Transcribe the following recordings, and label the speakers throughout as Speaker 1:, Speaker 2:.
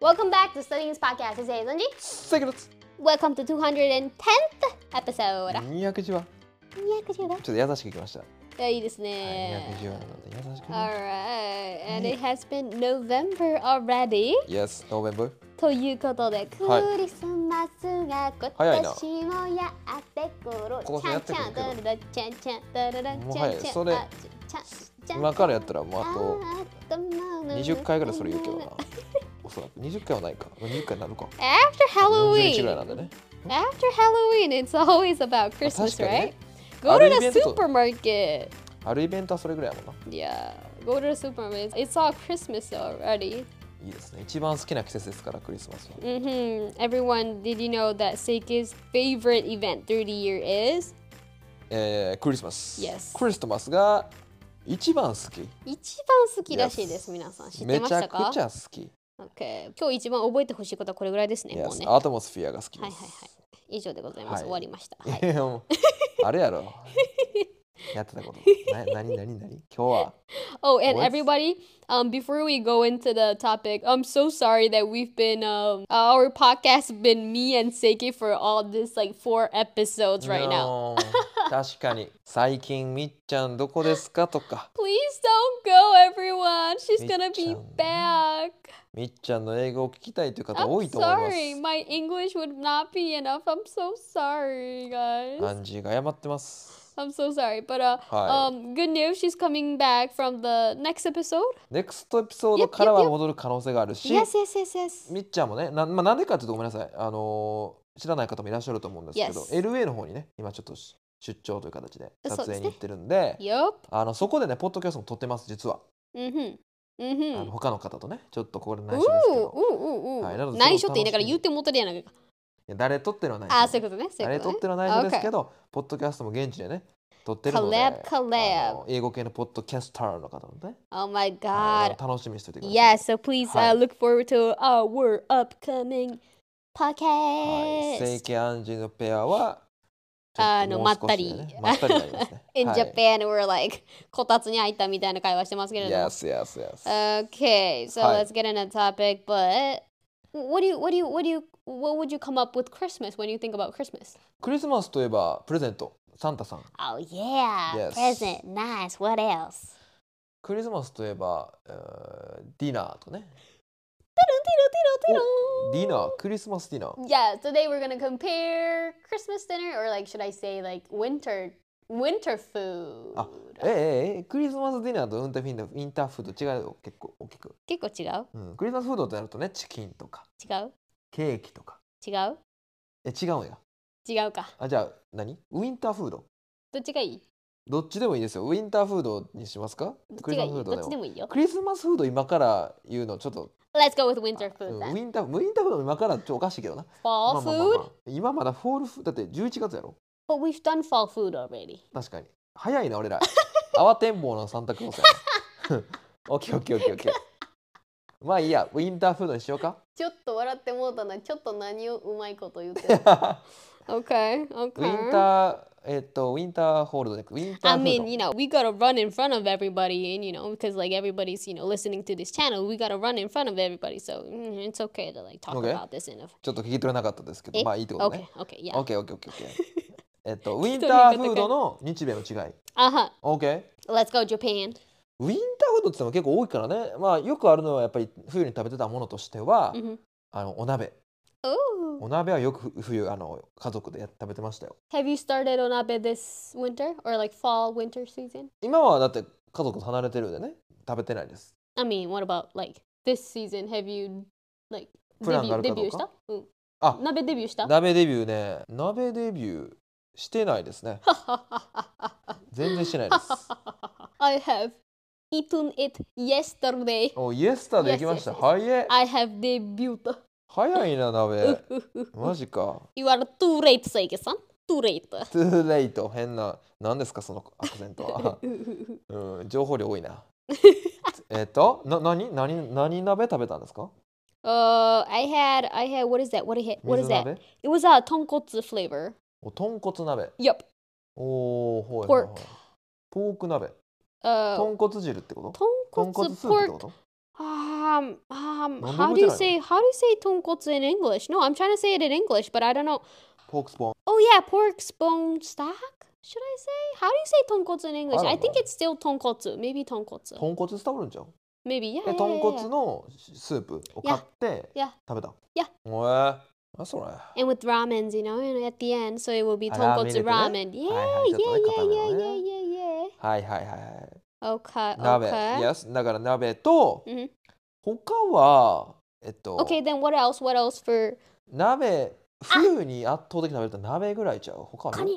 Speaker 1: Welcome back to Studying's podcast. This is Angie.
Speaker 2: セグルツ
Speaker 1: Welcome to 210th episode.
Speaker 2: 210話
Speaker 1: 210
Speaker 2: ちょっと優しくいきました、
Speaker 1: いいですね。
Speaker 2: 210話なので優しく
Speaker 1: Alright, and it has been November already.
Speaker 2: Yes, November
Speaker 1: ということで、ク
Speaker 2: はい
Speaker 1: リスマスが今
Speaker 2: 早いな
Speaker 1: 年もやってくる。
Speaker 2: ここやってくるけど
Speaker 1: ちゃんちゃん、だらだちゃんちゃん、だらだ
Speaker 2: もう
Speaker 1: ちゃん
Speaker 2: 早い
Speaker 1: ちゃん。
Speaker 2: それ
Speaker 1: あちゃんちゃん
Speaker 2: 今からやったらもうあと
Speaker 1: あ頭の
Speaker 2: 20回ぐらいそれ言うけどなおそらく20回はないか20回になるか
Speaker 1: After
Speaker 2: 41
Speaker 1: Halloween.
Speaker 2: ぐらいなんでね
Speaker 1: After Halloween, it's always about
Speaker 2: Oh,
Speaker 1: Christmas,
Speaker 2: 確かにね
Speaker 1: right? Go to
Speaker 2: あるイ
Speaker 1: the
Speaker 2: ベント
Speaker 1: supermarket.
Speaker 2: あるイベントはそれぐらいやもんな
Speaker 1: Yeah, go to the supermarket. It's all Christmas already.
Speaker 2: いいですね一番好きな季節ですからクリスマスは
Speaker 1: hmm Everyone, did you know that Seiki's favorite event through the year is
Speaker 2: えー、クリスマス、
Speaker 1: Yes
Speaker 2: クリスマスが一番好き
Speaker 1: 一番好きらしいです、
Speaker 2: Yes
Speaker 1: 皆さん。知って
Speaker 2: め
Speaker 1: ま
Speaker 2: ち
Speaker 1: し
Speaker 2: ゃ
Speaker 1: た
Speaker 2: く
Speaker 1: か
Speaker 2: ちゃ好き
Speaker 1: okay. 今日一番覚えてほしいことはこれぐらいですね。もう
Speaker 2: Yes Oh.
Speaker 1: ね。は
Speaker 2: アトモスフィアが好き
Speaker 1: いは
Speaker 2: で
Speaker 1: い
Speaker 2: す、
Speaker 1: はい。以上でございます。
Speaker 2: はい
Speaker 1: 終わりました。はい
Speaker 2: いやもう あれや ろやってたことな何何何今日は
Speaker 1: Oh, and
Speaker 2: What's-
Speaker 1: everybody, um, before we go into the topic, I'm so sorry that we've been um our podcast has been me and Seiki for all this like four episodes right now.
Speaker 2: No. 確かに最近みっちゃんどこですかとか
Speaker 1: Please don't go, everyone. She's gonna be
Speaker 2: Mitchan.
Speaker 1: back.
Speaker 2: みっちゃんの英語を聞きたいという方
Speaker 1: I'm
Speaker 2: 多いと思います
Speaker 1: sorry, my English would not be enough. I'm so sorry, guys.
Speaker 2: アンジーが謝ってます
Speaker 1: I'm so sorry, but uh,
Speaker 2: Hi.
Speaker 1: um, good news. She's coming back from the next episode.
Speaker 2: ネクストエピソードから
Speaker 1: いやい
Speaker 2: は
Speaker 1: や
Speaker 2: 戻る可能性があるし
Speaker 1: Yes, yes, yes, yes.
Speaker 2: みっちゃんもねな,、まあ、なんでかっていうとごめんなさいあのー知らない方もいらっしゃると思うんですけど、
Speaker 1: Yes.
Speaker 2: LA の方にね今ちょっとし出張という形で
Speaker 1: そう
Speaker 2: 撮
Speaker 1: ですね
Speaker 2: 影に行ってるんで
Speaker 1: Yup.
Speaker 2: あのそこでねポッドキャストも撮ってます実は、
Speaker 1: Mhm.
Speaker 2: あ
Speaker 1: Mhm.
Speaker 2: の他の方とねちょっとこれ内緒ですけど
Speaker 1: う
Speaker 2: は
Speaker 1: ん
Speaker 2: いな
Speaker 1: うんう
Speaker 2: の
Speaker 1: ん。
Speaker 2: で
Speaker 1: 内緒って言いながら
Speaker 2: その楽しみ
Speaker 1: 言ってもとるやないか。
Speaker 2: いや誰撮ってるのは内緒
Speaker 1: ああ、そういうことね。そう
Speaker 2: あ
Speaker 1: い
Speaker 2: れ
Speaker 1: うこ
Speaker 2: 撮っ
Speaker 1: と
Speaker 2: て
Speaker 1: ね。
Speaker 2: るのは内緒ですけど、ポッドキャストも現地でね、撮ってるので、
Speaker 1: コラボコラボ
Speaker 2: あの英語系のポッドキャスターの方もね、
Speaker 1: Oh my
Speaker 2: あ
Speaker 1: god.
Speaker 2: の楽しみにしておいてくださ
Speaker 1: Yeah,
Speaker 2: い。
Speaker 1: so please
Speaker 2: は
Speaker 1: uh,
Speaker 2: い
Speaker 1: look forward to our upcoming
Speaker 2: はい、
Speaker 1: podcast
Speaker 2: セイケアンジーのペアは、ちょっと
Speaker 1: あの
Speaker 2: もう少しでねま
Speaker 1: まっ
Speaker 2: ったた
Speaker 1: り
Speaker 2: りになりますね
Speaker 1: 。in
Speaker 2: はい
Speaker 1: Japan. We're like こたつに入ったみたいな会話してますけれども。
Speaker 2: Yes, yes, yes.
Speaker 1: Okay, so
Speaker 2: はい
Speaker 1: let's get into the topic. But what do you, what do you, what do you, what would you come up with Christmas when you think about Christmas?
Speaker 2: クリスマスといえば、プレゼント、サンタさん。
Speaker 1: Oh yeah,
Speaker 2: Yes.
Speaker 1: present, nice. What else?
Speaker 2: クリスマスといえば、えーディナーとね。
Speaker 1: テロテロテロテロ
Speaker 2: ディナー、クリスマスディナー。
Speaker 1: Yeah, today we're gonna compare Christmas dinner, or like, should I say, like winter winter food.
Speaker 2: あええええクリスマスディナーとウンターフィンダーインターフード違うよ結構大きく、
Speaker 1: 結構違う
Speaker 2: うん、クリスマスフードってなるとねチキンとか
Speaker 1: 違う
Speaker 2: ケーキとか
Speaker 1: 違う
Speaker 2: え違うんや
Speaker 1: 違うか。
Speaker 2: あじゃあ何ウィンターフード
Speaker 1: どっちがいい
Speaker 2: どっちでもいいですよウィンターフードにしますか
Speaker 1: ど
Speaker 2: ク
Speaker 1: っち
Speaker 2: リス
Speaker 1: がい
Speaker 2: マスフー
Speaker 1: いど
Speaker 2: ドで
Speaker 1: っ
Speaker 2: も
Speaker 1: ちでもいいよ。
Speaker 2: クリスマスフード今から言うのちょっと
Speaker 1: Let's go with winter food
Speaker 2: うんウ
Speaker 1: then.
Speaker 2: ィンターウィンターフード今からちょっとおかしいけどな
Speaker 1: Fall
Speaker 2: まあまあまあま
Speaker 1: food?
Speaker 2: あ今まだフォールフードだって11月やろ
Speaker 1: But we've done fall food already.
Speaker 2: 確かに早いな俺ら 慌てんぼうなサンタクロースやな オッケーオッケーオッケーオッケーまあいいやウィンターフードにしようか
Speaker 1: ちょっと笑ってもうたな。ちょっと何を うまいこと言って
Speaker 2: ウ
Speaker 1: る
Speaker 2: ィ。ン
Speaker 1: okay, okay.
Speaker 2: ターえっとウィンターホールドでウィンター
Speaker 1: I
Speaker 2: フード
Speaker 1: mean, you know, we gotta run in front of everybody, and you know, because like everybody's, you know, listening to this channel, we gotta run in front of everybody. So mm, it's okay to like talk
Speaker 2: Okay.
Speaker 1: about this in a.
Speaker 2: ちょっと聞き取れなかったですけどまあいいってことね
Speaker 1: Okay, okay, yeah.
Speaker 2: オッケーオッケーオッケーオッケー。えっ と、ウィン
Speaker 1: 人
Speaker 2: タ
Speaker 1: の言い方
Speaker 2: ーフードの日米の違い。
Speaker 1: Uh huh.
Speaker 2: オッケー。
Speaker 1: Let's go Japan.
Speaker 2: ウィンターフードって言っても結構多いからね。まあ、よくあるのはやっぱり冬に食べてたものとしては、
Speaker 1: Mhm.
Speaker 2: あのお鍋。
Speaker 1: Oh,
Speaker 2: お鍋はよくふ冬あの家族でや食べてましたよ。
Speaker 1: have you started onabe this winter or like fall winter season?
Speaker 2: 今はだって家族と離れてるんでね、食べてないです。
Speaker 1: I mean, what about like this season? Have you like
Speaker 2: プランがあるかど
Speaker 1: デビ
Speaker 2: うか？あ、
Speaker 1: ューした？うん。鍋デビューした？
Speaker 2: 鍋デビューね、鍋デビューしてないですね。全然してな いです。
Speaker 1: I have eaten it yesterday.
Speaker 2: お、イエスターで行きました。
Speaker 1: Yes, yes, yes.
Speaker 2: 早い。
Speaker 1: I have debuted.
Speaker 2: 早いな、鍋。マジか。
Speaker 1: You are too late, Seike-san. Too late.
Speaker 2: too late 変な何ですかそのアクセントは、うん、情報量多いなえっとな何何何鍋食べたんですか
Speaker 1: Uh, I had, I had, what is that? What I had? What is
Speaker 2: 水
Speaker 1: that?
Speaker 2: 鍋
Speaker 1: It was a tonkotsu flavor.
Speaker 2: お豚骨鍋
Speaker 1: Yep.
Speaker 2: おーほいほいほいポーク鍋
Speaker 1: Uh,
Speaker 2: 豚骨汁ってこと
Speaker 1: tonkotsu
Speaker 2: 豚骨スープってこ
Speaker 1: pork.
Speaker 2: と
Speaker 1: Um, um,
Speaker 2: なんで
Speaker 1: how
Speaker 2: 覚
Speaker 1: do
Speaker 2: えて
Speaker 1: you
Speaker 2: ないの
Speaker 1: say how do you say tonkotsu in English? No, I'm trying to say it in English, but I don't know.
Speaker 2: ポークスポン。
Speaker 1: Oh yeah, pork's bone stock. Should I say? How do you say tonkotsu in English?
Speaker 2: I don't
Speaker 1: I think
Speaker 2: know.
Speaker 1: it's still tonkotsu. Maybe tonkotsu.
Speaker 2: 豚骨スタブルンじゃん。
Speaker 1: Maybe yeah. yeah,
Speaker 2: で豚
Speaker 1: yeah,
Speaker 2: 骨
Speaker 1: yeah.
Speaker 2: のスープを買って
Speaker 1: や
Speaker 2: 食べた。
Speaker 1: や
Speaker 2: おえ。あそれ。は
Speaker 1: And with ramens, you know, and at the end, so it will be
Speaker 2: Ah, ramen
Speaker 1: tonkotsu
Speaker 2: 入れてね。
Speaker 1: ramen. Yeah,
Speaker 2: はいは
Speaker 1: yeah, yeah,
Speaker 2: い、ちょっとね、硬めの
Speaker 1: yeah,
Speaker 2: ね。
Speaker 1: yeah, yeah, yeah.
Speaker 2: いはいはいはい。
Speaker 1: Okay,
Speaker 2: 鍋。
Speaker 1: okay.
Speaker 2: Yes。だから鍋と
Speaker 1: Mhm.
Speaker 2: 他はえっと
Speaker 1: Okay, then what else? What else for
Speaker 2: 鍋冬に圧倒的に食べると鍋ぐらいちゃう。他はね。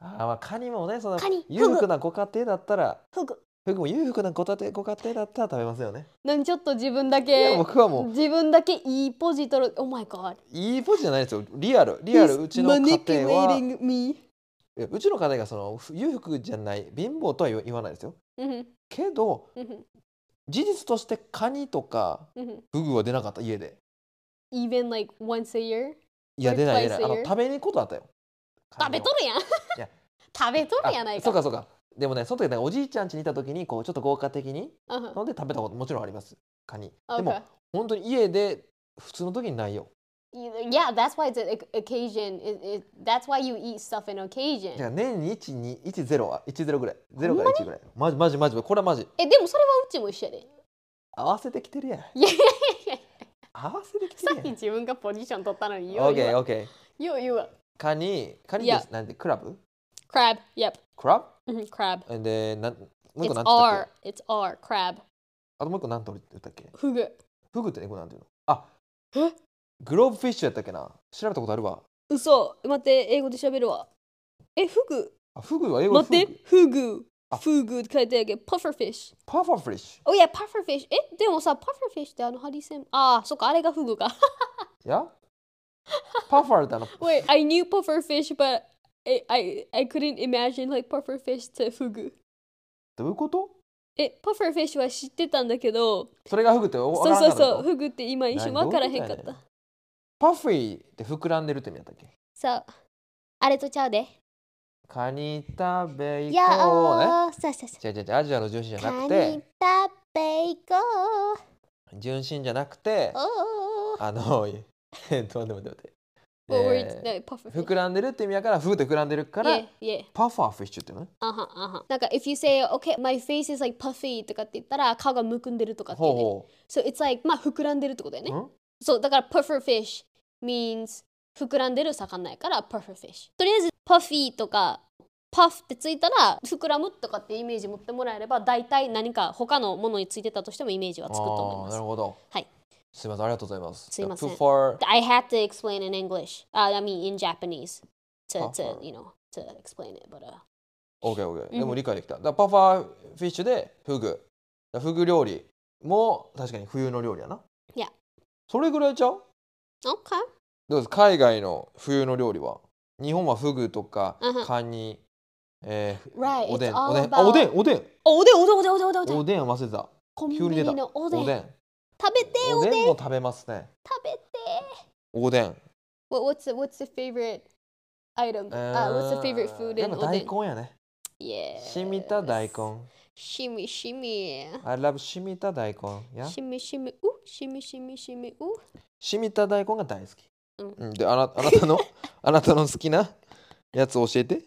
Speaker 2: あーまあカニもねその
Speaker 1: カニ
Speaker 2: 裕福なご家庭だったら
Speaker 1: フグ
Speaker 2: フグも裕福なご家庭ご家庭だったら食べますよね。いや
Speaker 1: 何ちょっと自分だけ
Speaker 2: 僕はもう
Speaker 1: 自分だけいいポジ取る Oh my god
Speaker 2: いいポジじゃないですよ。リアルリアルうちの家庭は。
Speaker 1: manipulating me
Speaker 2: いやうちの家庭がそのふ裕福じゃない貧乏とは言わ言わないですよ
Speaker 1: うん
Speaker 2: けど
Speaker 1: うん
Speaker 2: 事実としてカニとか
Speaker 1: うん
Speaker 2: フグは出なかった家で
Speaker 1: Even like once a year
Speaker 2: いや
Speaker 1: Or
Speaker 2: 出ない出ない
Speaker 1: twice a
Speaker 2: あの
Speaker 1: year
Speaker 2: 食べに行くことあったよ
Speaker 1: 食べとるやん
Speaker 2: や
Speaker 1: 食べと
Speaker 2: カ
Speaker 1: る
Speaker 2: ニを
Speaker 1: やない
Speaker 2: あそう
Speaker 1: か
Speaker 2: かそうかでもねその時ねおじいちゃん家にいた時にこうちょっと豪華的に
Speaker 1: うん
Speaker 2: なので食べたこともちろんありますカニ
Speaker 1: Okay.
Speaker 2: でも本当に家で普通の時にないよ
Speaker 1: Yeah, that's why it's an oc- occasion. It, it, that's why you eat stuff in
Speaker 2: だか
Speaker 1: occasion.
Speaker 2: ら年に1210あ10ぐらい0から1ぐらいマジマジマジこれはマジ
Speaker 1: え、でもそれはうちも一緒やで。
Speaker 2: 合わせてきてるやん
Speaker 1: いやいやいやいや、
Speaker 2: 合わせてきて
Speaker 1: さっ
Speaker 2: る
Speaker 1: き
Speaker 2: やん
Speaker 1: 自分がポジション取ったのに、よ
Speaker 2: オ
Speaker 1: う
Speaker 2: ーケ
Speaker 1: 言
Speaker 2: ー
Speaker 1: うわ。
Speaker 2: オーケー
Speaker 1: よう言うわ。
Speaker 2: カニカニ
Speaker 1: いや
Speaker 2: ですなんでクラブ
Speaker 1: Crab, yep.
Speaker 2: クラブ
Speaker 1: Mhm, Crab.
Speaker 2: で、なん、もう一
Speaker 1: It's
Speaker 2: 個なんて言ったっ
Speaker 1: R.
Speaker 2: け
Speaker 1: It's R. Crab.
Speaker 2: あともう一個なんて言ったっけ
Speaker 1: フグ。
Speaker 2: フグって英語なんていうのあ
Speaker 1: え
Speaker 2: グローブフィッシュやったっけな調べたことあるわ。
Speaker 1: 嘘。待って、英語で喋るわ。え、フグ。
Speaker 2: あフグは英語で
Speaker 1: 待
Speaker 2: フ
Speaker 1: っ
Speaker 2: グ
Speaker 1: て、フグ
Speaker 2: あ。
Speaker 1: フグって書いてあるけど、パファフィッシュ。
Speaker 2: パーファーフィッシ
Speaker 1: Oh yeah, pufferfish. え、でもさ、パファフィッシュってあのハリセン。ああ、そっか、あれがフグか。
Speaker 2: ュ。いやパーファーってあの、
Speaker 1: Wait, I knew pufferfish, but I, I, I couldn't imagine like pufferfish とフグ。
Speaker 2: どういうこと
Speaker 1: え、パファフィッシュは知ってたんだけど、
Speaker 2: それがフグってわ
Speaker 1: そ
Speaker 2: か
Speaker 1: う
Speaker 2: ら
Speaker 1: そ
Speaker 2: な
Speaker 1: う
Speaker 2: かった
Speaker 1: そう、
Speaker 2: の
Speaker 1: フグって今一瞬
Speaker 2: 何
Speaker 1: わからへんかっ
Speaker 2: どういうことや
Speaker 1: た
Speaker 2: ね。パフィーって膨らんでるって意味やったっけ
Speaker 1: そう。あれとちゃうで。
Speaker 2: カニ食べ
Speaker 1: い
Speaker 2: 行こうね。
Speaker 1: ー、そうそうそう。
Speaker 2: 違う違う違う、アジアの純真じゃなく
Speaker 1: 食
Speaker 2: て、
Speaker 1: べ行こ
Speaker 2: 純真じゃなくて、
Speaker 1: おー。
Speaker 2: あの、えっと、 待って待 って待って。
Speaker 1: What were you?
Speaker 2: え
Speaker 1: No, puffer
Speaker 2: ー
Speaker 1: fish.
Speaker 2: 膨らんでるって意味やから、フグって膨らんでるから、
Speaker 1: Yeah, yeah.
Speaker 2: パファーフィッシュっていうのね。
Speaker 1: Uh huh, uh huh. なんか if you say, okay, my face is like puffy とかって言ったら、顔がむくんでるとかって、ね。
Speaker 2: ほうほ
Speaker 1: So it's like まあ膨らんでるってことだよ
Speaker 2: う。
Speaker 1: ね。
Speaker 2: ん
Speaker 1: そうだから puffer fish means 膨らんでる魚やから puffer fish。とりあえず puffy とか puff ってついたら膨らむとかってイメージ持ってもらえれば大体何か他のものについてたとしてもイメージはつくと思
Speaker 2: あー
Speaker 1: い
Speaker 2: なる
Speaker 1: ま
Speaker 2: ほど。
Speaker 1: はい。
Speaker 2: すみません、ありがとうございます。
Speaker 1: すいません
Speaker 2: Too far
Speaker 1: す。I had to explain in English. Uh, I mean in Japanese to, to
Speaker 2: Puffer.
Speaker 1: you know to explain it. But uh,
Speaker 2: OK、OK。
Speaker 1: うん
Speaker 2: でも理解できた。だからパファーフィッシュでフグ。だからフグ料理も確かに冬の料理やな。
Speaker 1: いや。
Speaker 2: それぐらいちゃう
Speaker 1: okay.
Speaker 2: どうです海外の冬の料理は日本はフグとか
Speaker 1: うんうん
Speaker 2: カニ、えー
Speaker 1: Right,
Speaker 2: おで
Speaker 1: it's
Speaker 2: ん、
Speaker 1: all
Speaker 2: おでん。あ、おでん、おでん。
Speaker 1: おでんおでんおでんおでんおでん。
Speaker 2: おでん忘れてた。
Speaker 1: コンビ
Speaker 2: 急に出た
Speaker 1: ニのお
Speaker 2: お
Speaker 1: でん。
Speaker 2: で
Speaker 1: 食
Speaker 2: ん。
Speaker 1: べて
Speaker 2: お
Speaker 1: おでん
Speaker 2: で
Speaker 1: 食
Speaker 2: んも食べますね。
Speaker 1: べて。
Speaker 2: おでん。
Speaker 1: What, what's the, what's the favorite item?
Speaker 2: 아,
Speaker 1: Uh, what's the favorite
Speaker 2: うーん
Speaker 1: food
Speaker 2: やっ
Speaker 1: in
Speaker 2: ぱ
Speaker 1: o
Speaker 2: 大
Speaker 1: d
Speaker 2: 根やね。
Speaker 1: Yeah.
Speaker 2: 染みた大根。
Speaker 1: しみしみ。
Speaker 2: I love 染みた大根。や
Speaker 1: しみしみう。しみしみしみう。
Speaker 2: 染みた大根が大好き。
Speaker 1: うん
Speaker 2: うん、であなあなた のあなたの好きなやつ教えて。
Speaker 1: 好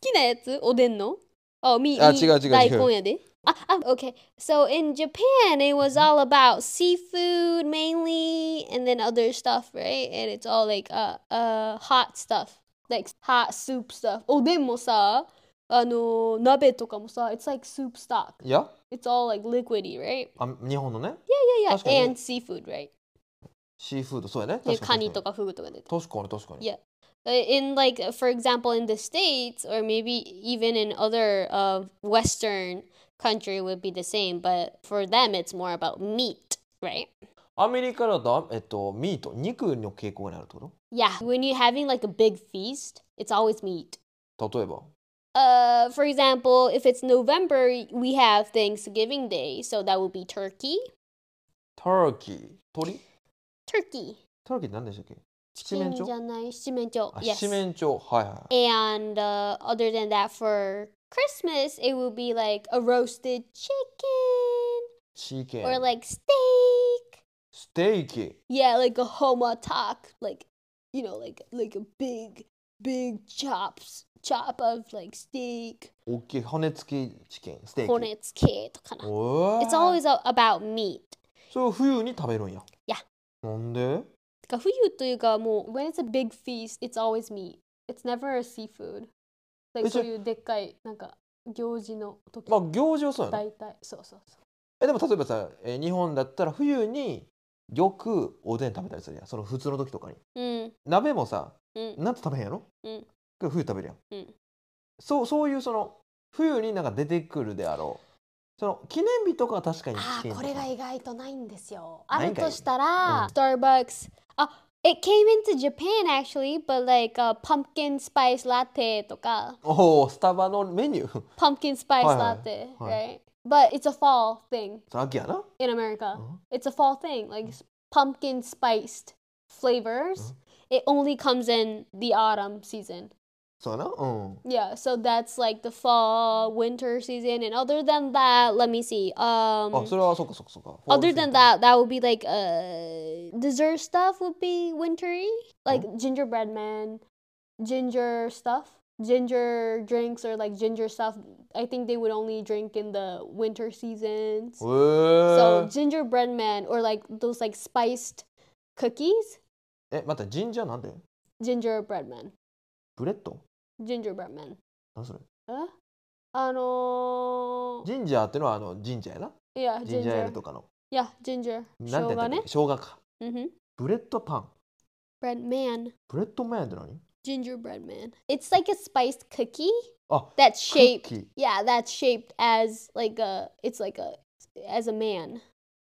Speaker 1: きなやつおでんのあ、み、
Speaker 2: あ
Speaker 1: み
Speaker 2: 違う違う違う
Speaker 1: 大根やで。あ、あ、okay. So in Japan, it was all about seafood mainly, and then other stuff, right? And it's all like uh, uh, hot stuff, like hot soup stuff. おでんもさ、あの鍋とかもさ、it's like soup stock.
Speaker 2: いや
Speaker 1: It's all like liquidy, right?
Speaker 2: あ日本のね
Speaker 1: Yeah, yeah,
Speaker 2: 確かに
Speaker 1: yeah. And seafood, right?
Speaker 2: シーフードそうやね。
Speaker 1: で、
Speaker 2: 確か
Speaker 1: カ
Speaker 2: に
Speaker 1: ニと
Speaker 2: 確か
Speaker 1: かフグとか出て。
Speaker 2: に確かに確かに。
Speaker 1: Yeah. Uh, In like, uh, for example, in the States or maybe even in other uh, Western country would be the same, but for them it's more about meat, right?
Speaker 2: アメリカだとあえっとミート肉の傾向になるってこ
Speaker 1: Yeah. When you're having like a big feast, it's always meat.
Speaker 2: と？例えば
Speaker 1: Uh, for example, if it's November, we have Thanksgiving Day, so that would be turkey.
Speaker 2: ターキー鳥
Speaker 1: Turkey.
Speaker 2: ターキーって何でしたっけ？七面鳥。
Speaker 1: 七面鳥。
Speaker 2: あ、
Speaker 1: Yes.
Speaker 2: 七面鳥はいは
Speaker 1: And uh, other than that, for Christmas, it will be like a roasted chicken
Speaker 2: シーケ
Speaker 1: or
Speaker 2: ン。
Speaker 1: like steak.
Speaker 2: ステーキ。
Speaker 1: Yeah, like a homatak, like you know, like like a big big chops chop of like steak,
Speaker 2: 大きい骨付きチキン。ステーキ。
Speaker 1: honetsuke とかな。
Speaker 2: おー
Speaker 1: It's always a- about meat.
Speaker 2: それを冬に食べるんや。
Speaker 1: や
Speaker 2: なんで
Speaker 1: てか冬というかもう when it's a big feast, it's always meat. It's never a seafood.
Speaker 2: え、
Speaker 1: Like
Speaker 2: じゃあ
Speaker 1: そういうでっかいなんか行事の時、
Speaker 2: まあ行事はそうやな。え、でも例えばさ、えー日本だったら冬によくおでん食べたりするやん。その普通の時とかに。鍋もさ、夏食べへんやろ、
Speaker 1: うん
Speaker 2: けど冬食べるやん、
Speaker 1: うんそうそうそう。うん。うん。ああ、確かに。
Speaker 2: そうそういうその冬になんか出てくるであろうその記念日とかは確かにチキンと
Speaker 1: こ
Speaker 2: か
Speaker 1: れが意外とないんですよ。あ
Speaker 2: ない
Speaker 1: る
Speaker 2: んかい
Speaker 1: としたら、
Speaker 2: うん
Speaker 1: Starbucks。あ、It came into Japan actually, but like a pumpkin spice latte とか、
Speaker 2: おおスタバのメニュー
Speaker 1: pumpkin spice
Speaker 2: はいはい
Speaker 1: latte,
Speaker 2: は
Speaker 1: right? But it's a fall thing
Speaker 2: それ秋やな
Speaker 1: in America.
Speaker 2: うん
Speaker 1: It's a fall thing, like s- pumpkin spiced
Speaker 2: Mm-hmm.
Speaker 1: flavors. It only comes in the autumn season.
Speaker 2: そうやなうん
Speaker 1: Yeah, so that's like the fall, winter season, and other than that, let me see. Um,
Speaker 2: あそれはそっかそっかそっか
Speaker 1: other than that, that would be like uh dessert stuff would be wintry, like gingerbread man, ginger stuff, ginger drinks or like ginger stuff. I think they would only drink in the winter seasons.
Speaker 2: へ
Speaker 1: So
Speaker 2: ー
Speaker 1: gingerbread man or like those like spiced cookies,
Speaker 2: え待ってジンジャーなんで
Speaker 1: gingerbread man,
Speaker 2: ブレッド
Speaker 1: gingerbread man.
Speaker 2: 何それ
Speaker 1: Huh? あのー、
Speaker 2: ジンジャーってのはあのジンジャーやな
Speaker 1: yeah,
Speaker 2: ジンジャーエール
Speaker 1: ginger.
Speaker 2: とかの
Speaker 1: Yeah, ginger.
Speaker 2: なんてやったっけ生姜か
Speaker 1: Mm-hmm.
Speaker 2: ブレッドパン
Speaker 1: Bread man.
Speaker 2: ブレッドマンって何
Speaker 1: gingerbread man. It's like a spiced cookie
Speaker 2: あ
Speaker 1: that's
Speaker 2: ク
Speaker 1: shaped.
Speaker 2: ッキー
Speaker 1: Yeah, that's shaped as like a. It's like a as a man.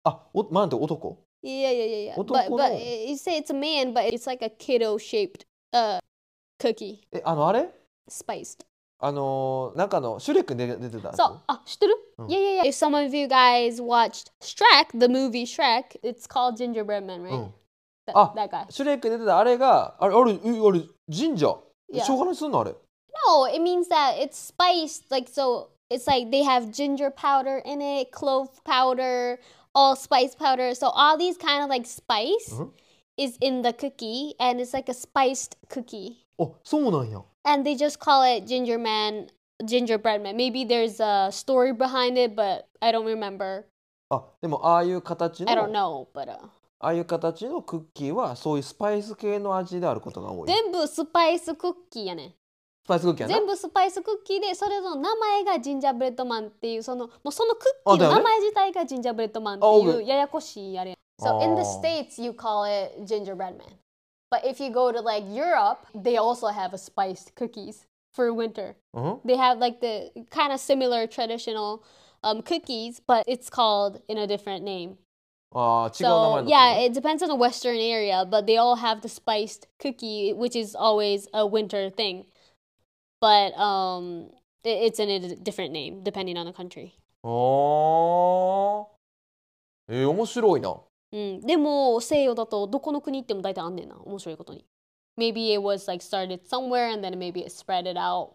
Speaker 2: あおマンって男
Speaker 1: Yeah, yeah, yeah, yeah.
Speaker 2: What the
Speaker 1: But but
Speaker 2: fuck?
Speaker 1: you say it's a man, but it's like a kiddo shaped uh cookie
Speaker 2: えあのあれ
Speaker 1: spiced.
Speaker 2: あのー、中のシュレックに出て出てたやつ
Speaker 1: So, ah, 知ってる?
Speaker 2: Mm.
Speaker 1: Yeah, yeah, yeah. If some of you guys watched Shrek, the movie Shrek, it's called Gingerbread Man, right?
Speaker 2: うん
Speaker 1: That,
Speaker 2: Ah.
Speaker 1: that guy.
Speaker 2: シュレックに出てたあれがあれあれえあれ神社え
Speaker 1: Yeah.
Speaker 2: 生姜にすんのあれ
Speaker 1: No, it means that it's spiced. Like so, it's like they have ginger powder in it, clove powder, allspice powder. So all these kind of like spice
Speaker 2: Mhm.
Speaker 1: is in the cookie, and it's like a spiced cookie.
Speaker 2: あそうなんや
Speaker 1: And they just call it ginger man, gingerbread man. Maybe there's a story behind it, but I don't remember.
Speaker 2: あでもああいう形
Speaker 1: I don't
Speaker 2: の
Speaker 1: know, but. Uh,
Speaker 2: ああいう形のクッキーはそういうスパイス系の味であることが多いス
Speaker 1: 全部スパイスクッキーやねん
Speaker 2: パイスクッキーやな
Speaker 1: 全部スパイスクッキーでそれぞれの名前がジンジャーブレッドマンっていうそのもうそのクッキー
Speaker 2: あだ
Speaker 1: の
Speaker 2: よ
Speaker 1: 名
Speaker 2: ね
Speaker 1: 前自体がジンジャーブレッドマンって
Speaker 2: あ
Speaker 1: い
Speaker 2: OK
Speaker 1: うややこしいあれ。
Speaker 2: あ
Speaker 1: So
Speaker 2: ー
Speaker 1: in the States you call it gingerbread man. But if you go to like Europe, they also have a spiced cookies for winter.
Speaker 2: うん、
Speaker 1: They have like the kind of similar traditional um, cookies, but it's called in a different name.
Speaker 2: ああ違う名
Speaker 1: So
Speaker 2: 前の
Speaker 1: yeah, it depends on the western area, but they all have the spiced cookie, which is always a winter thing. But um, i- it's in a d- different name depending on the country.
Speaker 2: あーえー、面白いな
Speaker 1: うん、Mm. でも西洋だとどこの国行っても大体あんねんな面白いことに。Maybe it was like started somewhere and then maybe it spread it out.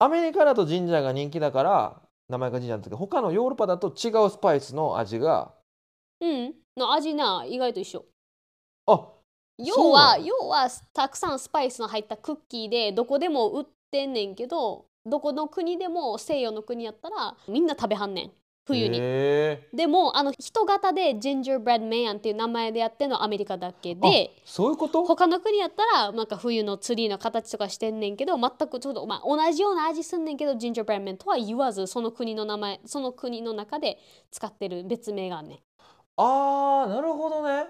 Speaker 2: アメリカだとジンジャーが人気だから名前がジンジャーなんですけど他のヨーロッパだと違うスパイスの味が
Speaker 1: うん、Hmm. の味な意外と一緒。
Speaker 2: あ
Speaker 1: 要は
Speaker 2: そうなの
Speaker 1: 要はたくさんスパイスの入ったクッキーでどこでも売ってんねんけどどこの国でも西洋の国やったらみんな食べはんねん冬に、
Speaker 2: へー
Speaker 1: でもあの人型でジンジャーブレッドマンっていう名前でやってんのはアメリカだけで
Speaker 2: あそういうこと
Speaker 1: 他の国やったらなんか冬のツリーの形とかしてんねんけど全くちょっと、まあ、同じような味すんねんけどジンジャーブレッドマンとは言わずその国の名前その国の中で使ってる別名があんねん
Speaker 2: ああなるほどね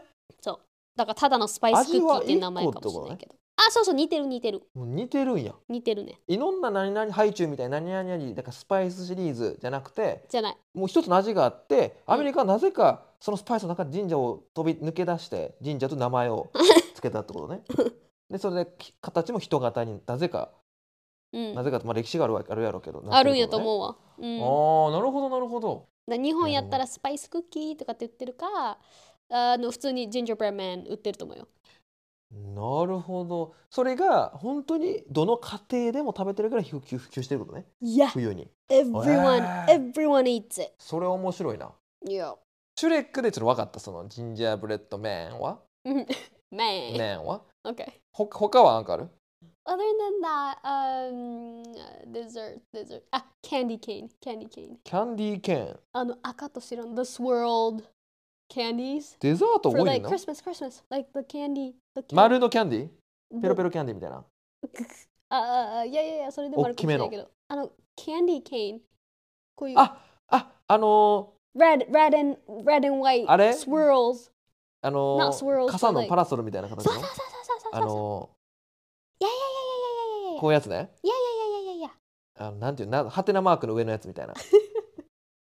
Speaker 1: だからただのスパイスクッキーっていう名前かもしれ
Speaker 2: 味は一個ってこと
Speaker 1: ない
Speaker 2: ね
Speaker 1: けど、あそうそう似てる似てる
Speaker 2: もう似てるんや
Speaker 1: 似てるね
Speaker 2: いろんな何々ハイチュウみたいな何々何だからスパイスシリーズじゃなくて
Speaker 1: じゃない
Speaker 2: もう一つの味があって
Speaker 1: ん
Speaker 2: アメリカはなぜかそのスパイスの中で神社を飛び抜け出して神社と名前 をつけたってことねでそれでき形も人型になぜか
Speaker 1: うん
Speaker 2: なぜかまあ歴史があるわあるやろうけど
Speaker 1: あるんやと
Speaker 2: う、
Speaker 1: 思うわ。うん、だか
Speaker 2: ああなるほどなるほど
Speaker 1: ら日本やったらスパイスクッキーとかって言ってるか、あの普通にジンジャーブレッドマン売ってると思うよ。
Speaker 2: なるほどそれが本当にどの家庭でも食べてるから普及普及してることね
Speaker 1: Yeah,
Speaker 2: 冬に
Speaker 1: everyone,
Speaker 2: わあ
Speaker 1: everyone eats it.
Speaker 2: それ面白いな
Speaker 1: Yeah.
Speaker 2: シュレックでちょっと分かったそのジンジャーブレッドメンは
Speaker 1: Man.
Speaker 2: メンは
Speaker 1: Okay.
Speaker 2: ほ他は何かある
Speaker 1: Other than that, um, uh, dessert, dessert. Ah, candy cane, candy cane.
Speaker 2: キャンディーケーン
Speaker 1: Ah, no, akatoshiron, the swirled candies
Speaker 2: デザート
Speaker 1: for
Speaker 2: 多い
Speaker 1: like
Speaker 2: の
Speaker 1: Christmas, Christmas, like the candy, the candy.
Speaker 2: 丸のキャンディーペロペ
Speaker 1: the-
Speaker 2: ロキャンディーみたいな
Speaker 1: Uh, ああいやいやいやそれでもあるかもしれないけどあのキャンディーケインこういう
Speaker 2: あああの
Speaker 1: red red and red and white
Speaker 2: あれ
Speaker 1: swirls
Speaker 2: ーあ
Speaker 1: Not
Speaker 2: の
Speaker 1: swirls,
Speaker 2: ー傘
Speaker 1: but
Speaker 2: の
Speaker 1: like-
Speaker 2: パラソルみたいな形
Speaker 1: そ
Speaker 2: の
Speaker 1: うそうそうそうそう
Speaker 2: あ
Speaker 1: そうそう
Speaker 2: の
Speaker 1: いやい
Speaker 2: ーこういうやつね
Speaker 1: やいやいやいやいやいやいやいやいやいやいや
Speaker 2: あのなんていうなハテナマークの上のやつみた いな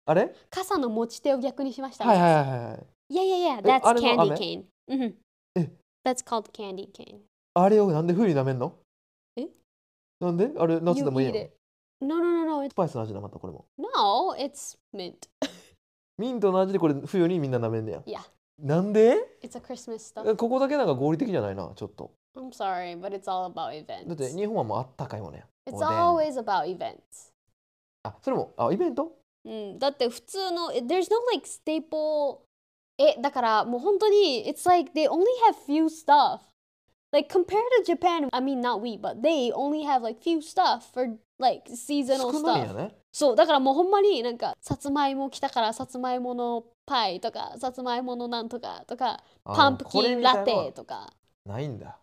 Speaker 2: あれ
Speaker 1: 傘の持ち手を逆にしました
Speaker 2: はいはい
Speaker 1: い
Speaker 2: はいはいはい
Speaker 1: いやいやいや
Speaker 2: え
Speaker 1: that's
Speaker 2: あれの
Speaker 1: candy
Speaker 2: 雨
Speaker 1: cane うんうん
Speaker 2: え
Speaker 1: that's called candy cane
Speaker 2: あれをなんで冬に舐めんの
Speaker 1: え
Speaker 2: なんであれ夏
Speaker 1: You
Speaker 2: でもいい
Speaker 1: eat
Speaker 2: の
Speaker 1: it no no no no
Speaker 2: ス
Speaker 1: it's
Speaker 2: パイスの味だまたこれも
Speaker 1: no it's mint
Speaker 2: ミントの味でこれ冬にみんな舐めんねや
Speaker 1: いや
Speaker 2: なんで
Speaker 1: it's a Christmas
Speaker 2: え
Speaker 1: stuff
Speaker 2: ここだけなんか合理的じゃないなちょっと
Speaker 1: I'm sorry but it's all about
Speaker 2: だって
Speaker 1: events
Speaker 2: 日本はもうあったかいもんね
Speaker 1: it's
Speaker 2: おでん
Speaker 1: always about events
Speaker 2: あそれもあイベント
Speaker 1: うん、だって普通のえ There's no like staple えだからもう本当に It's like they only have few stuff Like compared to Japan I mean not we but they only have like few stuff for like
Speaker 2: 少
Speaker 1: seasonal
Speaker 2: ないんや
Speaker 1: stuff
Speaker 2: ね
Speaker 1: そうだからもうほんまになんかさつまいも来たからさつまいものパイとかさつまいものなんとかとか
Speaker 2: あ
Speaker 1: パンプ
Speaker 2: こ
Speaker 1: キ
Speaker 2: れ
Speaker 1: ン
Speaker 2: みたいな
Speaker 1: ラ
Speaker 2: のは
Speaker 1: テとか
Speaker 2: ないんだ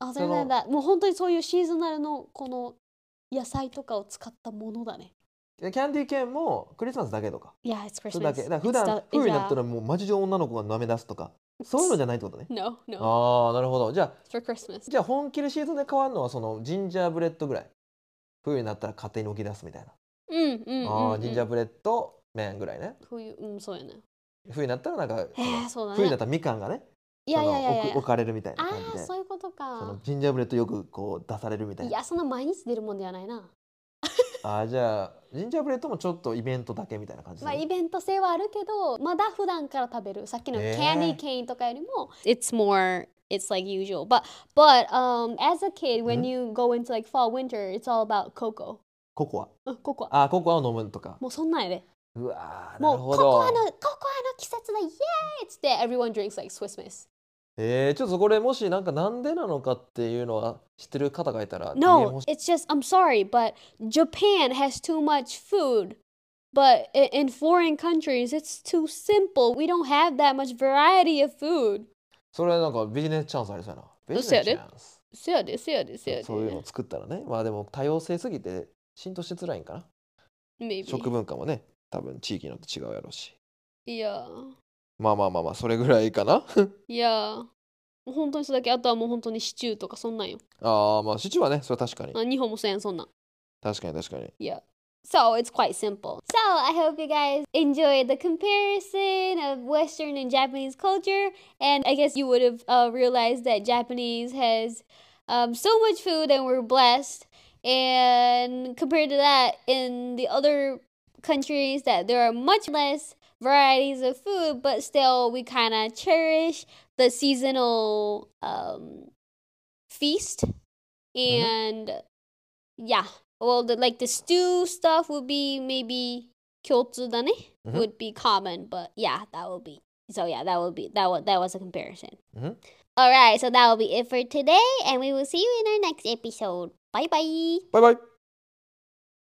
Speaker 1: Other
Speaker 2: その
Speaker 1: than that もう本当にそういうシーズナルのこの野菜とかを使ったものだね
Speaker 2: でキャンディーケーンもクリスマスだけとか
Speaker 1: Yeah, it's
Speaker 2: それだ
Speaker 1: Christmas
Speaker 2: けだ
Speaker 1: It's
Speaker 2: から普段
Speaker 1: the-
Speaker 2: 冬にな
Speaker 1: yeah.
Speaker 2: ったらもう街中女の子が舐め出すとかそういうのじゃないってことね
Speaker 1: No, no.
Speaker 2: ああなるほどじゃあ
Speaker 1: It's for Christmas.
Speaker 2: じゃあ本気のシーズンで変わるのはそのジンジャーブレッドぐらい冬になったら勝手に起き出すみたいな、
Speaker 1: うんうんうん、うん。
Speaker 2: ああジンジャーブレッド麺ぐらいね
Speaker 1: 冬、うん、そうやね。
Speaker 2: 冬になったらなんかそ
Speaker 1: え
Speaker 2: の
Speaker 1: ー、そうだ
Speaker 2: 冬に
Speaker 1: ね
Speaker 2: なっ。たらみかんがね
Speaker 1: いやいやいや
Speaker 2: そ
Speaker 1: い
Speaker 2: の
Speaker 1: や
Speaker 2: 置く置。かれるみたいな
Speaker 1: あ
Speaker 2: 感
Speaker 1: あ
Speaker 2: じ
Speaker 1: ー、
Speaker 2: で
Speaker 1: そういうこと
Speaker 2: その
Speaker 1: か。
Speaker 2: ジンジャーブレッドよくこう出されるみたい
Speaker 1: い
Speaker 2: な
Speaker 1: や、そんな毎日出るもんではないな。
Speaker 2: ああじゃあジンジャーブレッドもちょっとイベントだけみたいな感じ
Speaker 1: まあ、
Speaker 2: で、
Speaker 1: イベント性はあるけど、まだ普段から食べる。さっきのキ
Speaker 2: ねえ
Speaker 1: ャンディーケインとかよりも、It's more It's like usual, but but um as a kid, when
Speaker 2: ん
Speaker 1: you go into like fall winter, it's all about cocoa. Uh,
Speaker 2: ココ
Speaker 1: うんココア。
Speaker 2: アあーココアを飲むとか
Speaker 1: もうそんなんやで。
Speaker 2: うわーな
Speaker 1: も
Speaker 2: る
Speaker 1: う
Speaker 2: ほ
Speaker 1: コ
Speaker 2: ど
Speaker 1: コアのココアの季節だ、イエーイっつって everyone drinks like Swiss Miss.
Speaker 2: えー、ちょっとこれもしなんかなんでなのかっていうのは知ってる方がいたら DM 欲
Speaker 1: No,
Speaker 2: し
Speaker 1: it's just I'm sorry, but Japan has too much food. But i- in foreign countries, it's too simple. We don't have that much variety of food.
Speaker 2: それはなんかビジネスチャンスありそうやなビジ
Speaker 1: そう
Speaker 2: ネ
Speaker 1: や
Speaker 2: スチ
Speaker 1: で
Speaker 2: ャンス
Speaker 1: せやでせやでせやで。
Speaker 2: そういうのを作ったらねまあでも多様性すぎて浸透しづらいんかな
Speaker 1: Maybe.
Speaker 2: 食文化もね多分地域によって違うやろうし
Speaker 1: いや。
Speaker 2: まあまあまあまあそれぐらいかな
Speaker 1: いや。もう本当にそれだけ。あとはもう本当にシチューとかそんなんよ。
Speaker 2: ああまあシチューはねそれは確かに
Speaker 1: あ日本もそうやん、そんなん。
Speaker 2: 確かに確かに
Speaker 1: Yeah. So it's quite simple. So I hope you guys enjoyed the comparison of Western and Japanese culture. And I guess you would have uh, realized that Japanese has um, so much food and we're blessed. And compared to that, in the other countries, that there are much less varieties of food, but still we kind of cherish the seasonal um, feast. And yeah. Well, the, like the stew stuff would be maybe kyotsu
Speaker 2: Mhm.
Speaker 1: would be common, but yeah, that would be. So yeah, that would be that was that was a comparison.
Speaker 2: Mhm.
Speaker 1: All right, so that will be it for today, and we will see you in our next episode. Bye bye.
Speaker 2: バイバイ